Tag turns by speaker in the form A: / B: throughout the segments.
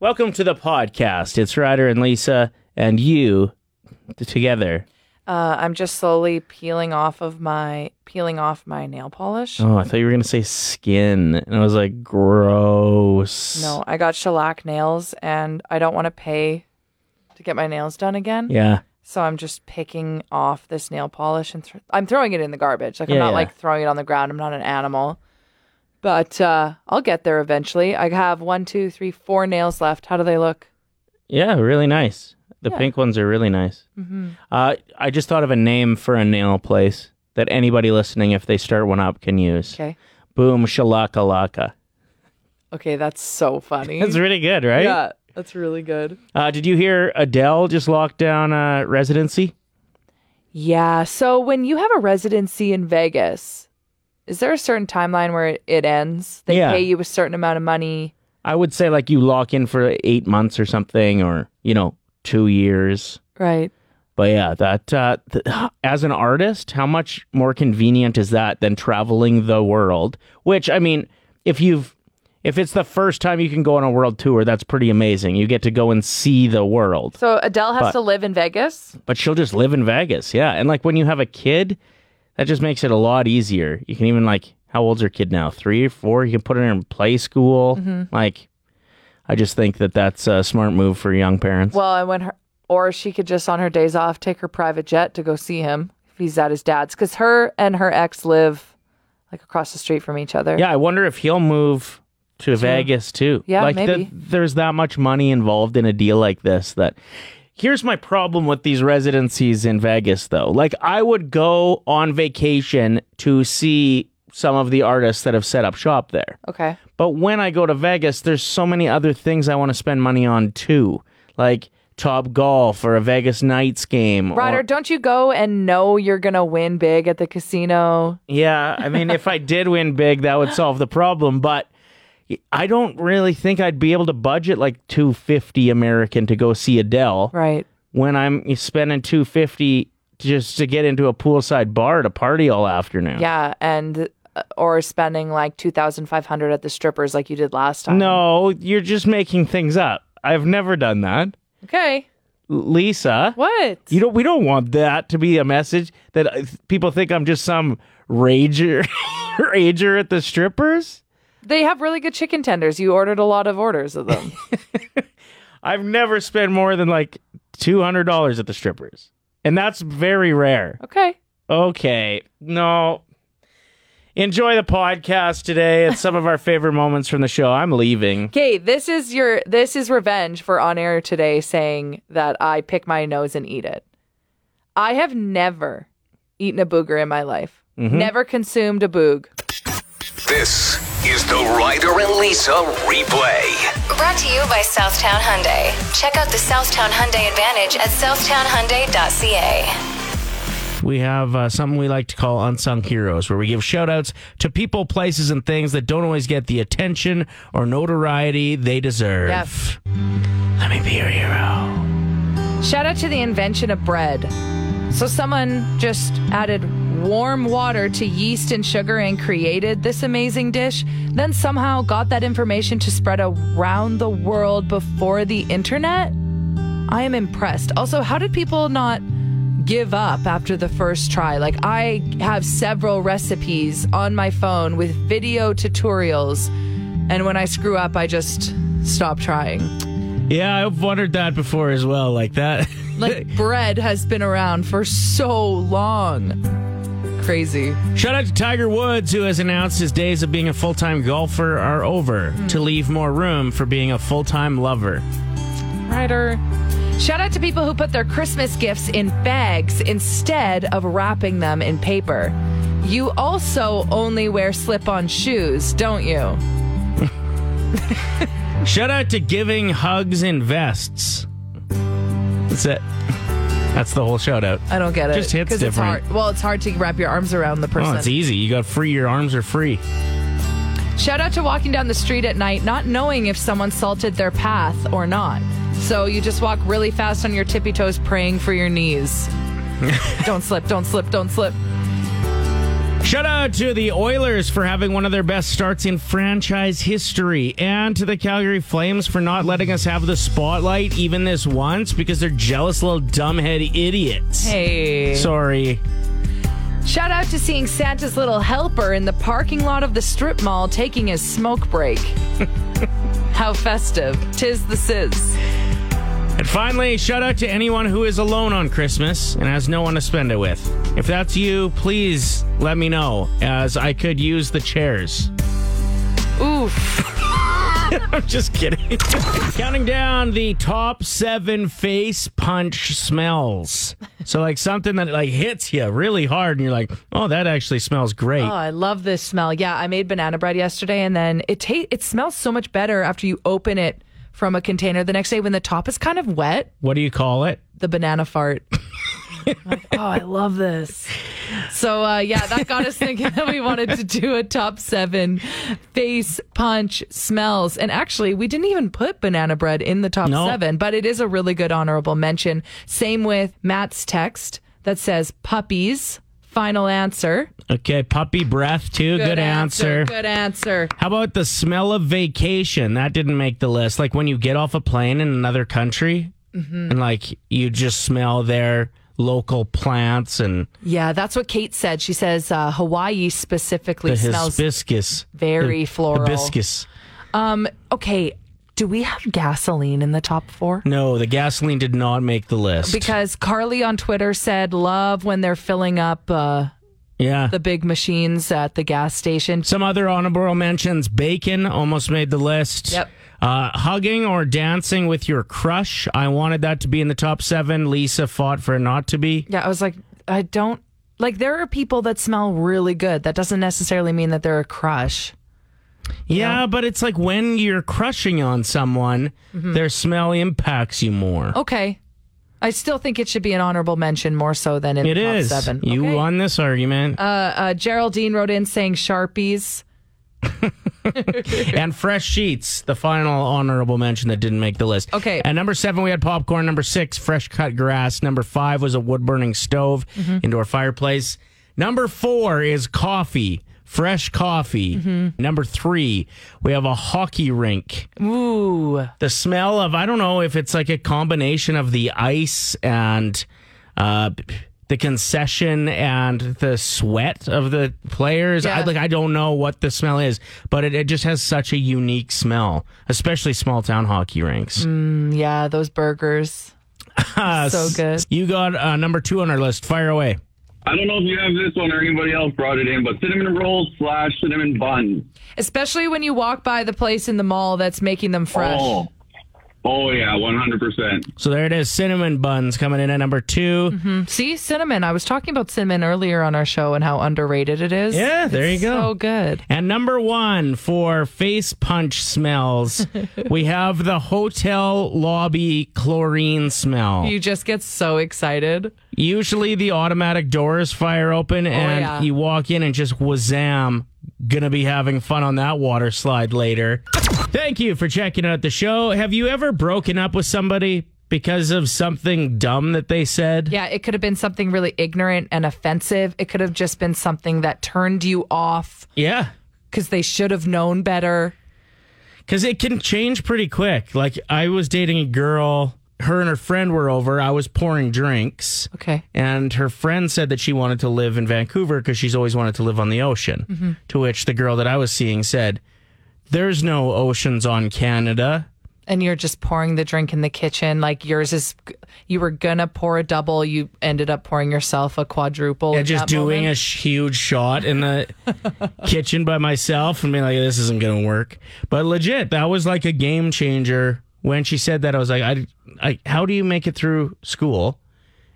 A: Welcome to the podcast. It's Ryder and Lisa and you t- together.
B: Uh, I'm just slowly peeling off of my peeling off my nail polish.
A: Oh, I thought you were going to say skin. And I was like, gross.
B: No, I got shellac nails, and I don't want to pay to get my nails done again.
A: Yeah.
B: So I'm just picking off this nail polish, and thr I'm throwing it in the garbage. Like
A: Yeah,
B: I'm not
A: yeah.
B: like throwing it on the ground. I'm not an animal, but uh, I'll get there eventually. I have one, two, three, four nails left. How do they look?
A: Yeah, really nice. The
B: Yeah. Mm-hmm.
A: pink ones are really nice. Uh, I just thought of a name for a nail place that anybody listening, if they start one up, can use.
B: Okay.
A: Boom Shalaka Laka.
B: Okay, that's so funny.
A: That's really good, right?
B: Yeah, that's really good.
A: Uh, did you hear Adele just locked down a residency?
B: Yeah. So when you have a residency in Vegas, is there a certain timeline where it, it ends? They
A: Yeah.
B: pay you a certain amount of money.
A: I would say like you lock in for eight months or something, or you know, two years.
B: Right.
A: But yeah, that uh, th- as an artist, how much more convenient is that than traveling the world? Which I mean, if you've if it's the first time you can go on a world tour, that's pretty amazing. You get to go and see the world.
B: So Adele has
A: But-
B: to live in Vegas?
A: But she'll just live in Vegas, yeah. And like when you have a kid, that just makes it a lot easier. You can even like, how old's your kid now? Three or four? You can put her in play school. Like, I just think that that's a smart move for young parents.
B: Well, and when her or she could just on her days off take her private jet to go see him if he's at his dad's cuz her and her ex live like across the street from each other.
A: Yeah, I wonder if he'll move to Vegas too.
B: Yeah,
A: like
B: maybe.
A: there's that much money involved in a deal like this that Here's my problem with these residencies in Vegas though. Like I would go on vacation to see some of the artists that have set up shop there.
B: Okay.
A: But when I go to Vegas, there's so many other things I want to spend money on too. Like Top Golf or a Vegas Knights game. or-
B: Ryder, don't you go and know you're going to win big at the casino?
A: Yeah, I mean, if I did win big, that would solve the problem. But I don't really think I'd be able to budget like two fifty American to go see Adele
B: Right.
A: when I'm spending two fifty just to get into a poolside bar to party all afternoon.
B: Yeah, and uh, or spending like 2500 at the strippers like you did last time.
A: No, you're just making things up. I've never done that,
B: Okay.
A: Lisa.
B: What?
A: You don't. We don't want that to be a message that uh, people think I'm just some rager, rager at the strippers.
B: they have really good chicken tenders. You ordered a lot of orders of them.
A: I've never spent more than like two hundred dollars at the strippers, and that's very rare.
B: okay.
A: Okay, no. Enjoy the podcast today. It's some of our favorite moments from the show. I'm leaving.
B: Okay, this is your this is revenge for on air today saying that I pick my nose and eat it. I have never eaten a booger in my life. Never consumed a boog.
C: This is the Ryder and Lisa replay.
D: Brought to you by Southtown Hyundai. Check out the Southtown Hyundai Advantage at southtownhyundai.ca.
A: We have uh, something we like to call unsung heroes, where we give shout outs to people, places, and things that don't always get the attention or notoriety they deserve.
B: Yes.
A: Let me be your hero.
B: Shout out to the invention of bread. So, someone just added warm water to yeast and sugar and created this amazing dish, then somehow got that information to spread around the world before the internet? I am impressed. Also, how did people not give up after the first try? Like, I have several recipes on my phone with video tutorials, and when I screw up, I just stop trying.
A: Yeah, I've wondered that before as well. Like that.
B: Like bread has been around for so long. Crazy.
A: Shout out to Tiger Woods, who has announced his days of being a full time golfer are over to leave more room for being a full time lover.
B: Ryder. Shout out to people who put their Christmas gifts in bags instead of wrapping them in paper. You also only wear slip on shoes, don't you?
A: Shout out to giving hugs and vests. That's it. That's the whole shout out.
B: I don't get it.
A: Just hits
B: 'Cause it's
A: different.
B: hard. Well, it's hard to wrap your arms around the
A: Oh,
B: person.
A: it's easy. You got free, your arms are free.
B: Shout out to walking down the street at night, not knowing if someone salted their path or not. So you just walk really fast on your tippy toes, praying for your knees. don't slip, don't slip, don't slip.
A: Shout out to the Oilers for having one of their best starts in franchise history, and to the Calgary Flames for not letting us have the spotlight even this once because they're jealous little dumbhead idiots.
B: Hey.
A: Sorry.
B: Shout out to seeing Santa's little helper in the parking lot of the strip mall taking his smoke break. How festive. Tis the sizz.
A: And finally, shout out to anyone who is alone on Christmas and has no one to spend it with. If that's you, please let me know, as I could use the chairs.
B: Oof.
A: I'm just kidding. Counting down the top seven face punch smells. So like something that like hits you really hard, and you're like, oh, that actually smells great.
B: Oh, I love this smell. Yeah, I made banana bread yesterday and then it ta- it smells so much better after you open it from a container the next day when the top is kind of wet,
A: what do you call it?
B: the banana fart. I'm like, oh, I love this. So uh, yeah, that got us thinking that we wanted to do a top seven face punch smells. And actually, we didn't even put banana bread in the top
A: No.
B: seven, but it is a really good honorable mention. Same with Matt's text that says puppies. Final answer.
A: Okay, puppy breath too. Good, answer.
B: Good answer.
A: How about the smell of vacation? That didn't make the list. Like when you get off a plane in another country,
B: Mm-hmm.
A: and like you just smell their local plants and
B: Yeah, that's what Kate said. She says uh, Hawaii specifically
A: the
B: smells
A: hibiscus.
B: very floral.
A: Hibiscus.
B: Okay, do we have gasoline in the top four?
A: No, the gasoline did not make the list.
B: Because Carly on Twitter said, "Love when they're filling up uh,
A: yeah.
B: the big machines at the gas station."
A: Some other honorable mentions bacon almost made the list.
B: Yep.
A: Uh, hugging or dancing with your crush. I wanted that to be in the top seven. Lisa fought for it not to be.
B: Yeah, I was like, I don't like. There are people that smell really good. That doesn't necessarily mean that they're a crush.
A: Yeah, but it's like when you're crushing on someone,
B: Mm-hmm.
A: their smell impacts you more.
B: Okay, I still think it should be an honorable mention more so than in
A: It
B: the top
A: is.
B: seven.
A: You
B: Okay.
A: won this argument.
B: Uh, Geraldine wrote in saying sharpies.
A: and fresh sheets, the final honorable mention that didn't make the list.
B: Okay.
A: At number seven, we had popcorn. Number six, fresh cut grass. Number five was a wood burning stove,
B: Mm-hmm.
A: indoor fireplace. Number four is coffee, fresh coffee.
B: Mm-hmm.
A: Number three, we have a hockey rink.
B: Ooh.
A: The smell of, I don't know if it's like a combination of the ice and uh, the concession and the sweat of the players. I,
B: Yeah.
A: like, I don't know what the smell is, but it, it just has such a unique smell, especially small town hockey rinks.
B: Yeah, those burgers.
A: Uh,
B: Mm, so good.
A: You got uh, number two on our list. Fire away.
E: I don't know if you have this one or anybody else brought it in, but cinnamon rolls slash cinnamon buns.
B: Especially when you walk by the place in the mall that's making them fresh.
E: Oh, oh yeah, one hundred percent.
A: So there it is. Cinnamon buns coming in at number 2
B: Mm-hmm. See, cinnamon. I was talking about cinnamon earlier on our show and how underrated it is.
A: Yeah, there you
B: It's
A: go.
B: So good.
A: And number one for face punch smells, we have the hotel lobby chlorine smell.
B: You just get so excited.
A: Usually the automatic doors fire open and
B: Oh, yeah.
A: you walk in and just wazam. Gonna be having fun on that water slide later. Thank you for checking out the show. Have you ever broken up with somebody because of something dumb that they said?
B: Yeah, it could have been something really ignorant and offensive. It could have just been something that turned you off
A: Yeah.
B: because they should have known better.
A: Because it can change pretty quick. Like, I was dating a girl, her and her friend were over. I was pouring drinks.
B: Okay.
A: And her friend said that she wanted to live in Vancouver because she's always wanted to live on the ocean. To which the girl that I was seeing said, There's no oceans on Canada.
B: And you're just pouring the drink in the kitchen. Like yours is, you were gonna pour a double. You ended up pouring yourself a quadruple.
A: And just doing a sh- huge shot in the kitchen by myself and being like, This isn't going to work. But legit, that was like a game changer. When she said that, I was like, I, I, How do you make it through school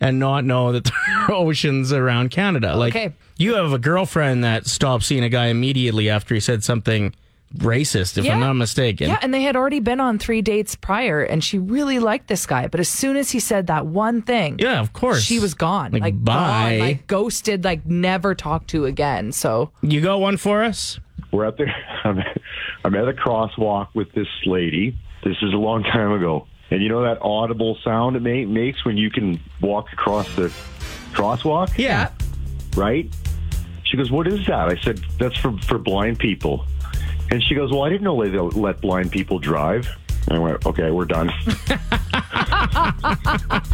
A: and not know that there are oceans around Canada? Like,
B: Okay.
A: you have a girlfriend that stopped seeing a guy immediately after he said something racist, if I'm
B: Yeah.
A: not mistaken.
B: Yeah, and they had already been on three dates prior, and she really liked this guy. But as soon as he said that one thing,
A: Yeah, of course.
B: she was gone,
A: Like,
B: like,
A: bye.
B: gone, like ghosted, like never talked to again. So
A: You got one for us?
F: we're at the I'm, I'm at a crosswalk with this lady. This is a long time ago, and you know that audible sound it ma- makes when you can walk across the crosswalk,
A: Yeah.
F: right? She goes, "What is that?" I said, "That's for for blind people." And she goes, "Well, I didn't know they let blind people drive." And I went, "Okay, we're done."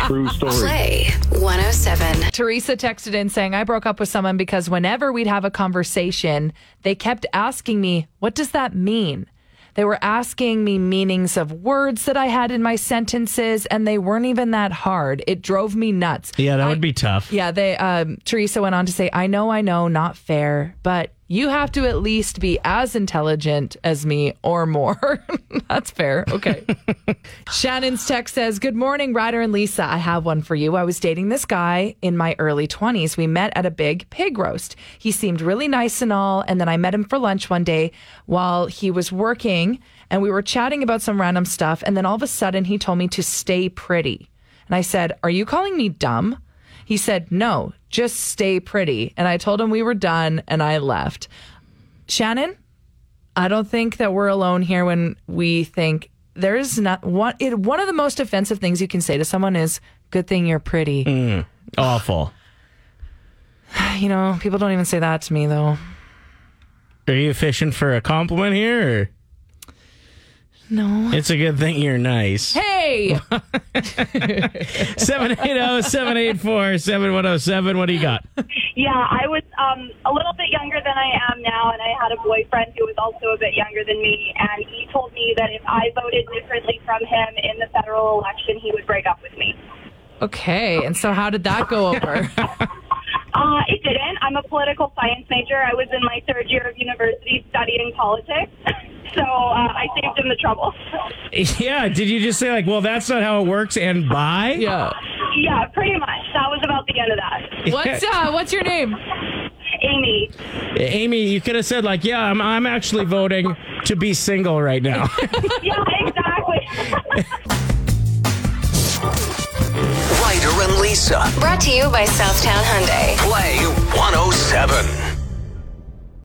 F: True story.
D: Play 107.
B: Teresa texted in saying, I broke up with someone because whenever we'd have a conversation, they kept asking me, What does that mean? They were asking me meanings of words that I had in my sentences, and they weren't even that hard. It drove me nuts.
G: Yeah, that
B: I-
G: would be tough.
B: Yeah, they um, Teresa went on to say, "I know, I know, not fair, but you have to at least be as intelligent as me or more." That's fair. Okay. Shannon's text says, "Good morning, Ryder and Lisa. I have one for you. I was dating this guy in my early 20s. We met at a big pig roast. He seemed really nice and all, and then I met him for lunch one day while he was working, and we were chatting about some random stuff, and then all of a sudden he told me to stay pretty." And I said, "Are you calling me dumb?" He said, No, just stay pretty. And I told him we were done and I left. Shannon, I don't think that we're alone here when we think there's not one, it, one of the most offensive things you can say to someone is, Good thing you're pretty.
G: Awful.
B: You know, people don't even say that to me though.
A: Are you fishing for a compliment here? Or?
B: No.
A: It's a good thing you're nice.
B: Hey,
G: oh, 780-784-7107. What do you got?
H: Yeah, I was um, a little bit younger than I am now, and I had a boyfriend who was also a bit younger than me, and he told me that if I voted differently from him in the federal election, he would break up with me.
B: okay. And so, how did that go over?
H: Uh, it didn't. I'm a political science major. I was in my third year of university studying politics, so uh, I saved him the trouble.
G: yeah, did you just say like, well, that's not how it works and bye?
B: yeah.
H: yeah, pretty much. That was about the end of that.
B: What's uh, what's your name?
H: Amy,
A: Amy, you could have said like, "Yeah, I'm I'm actually voting to be single right now."
H: yeah, exactly.
C: Ryder and Lisa.
D: Brought to you by Southtown Hyundai.
C: Play oh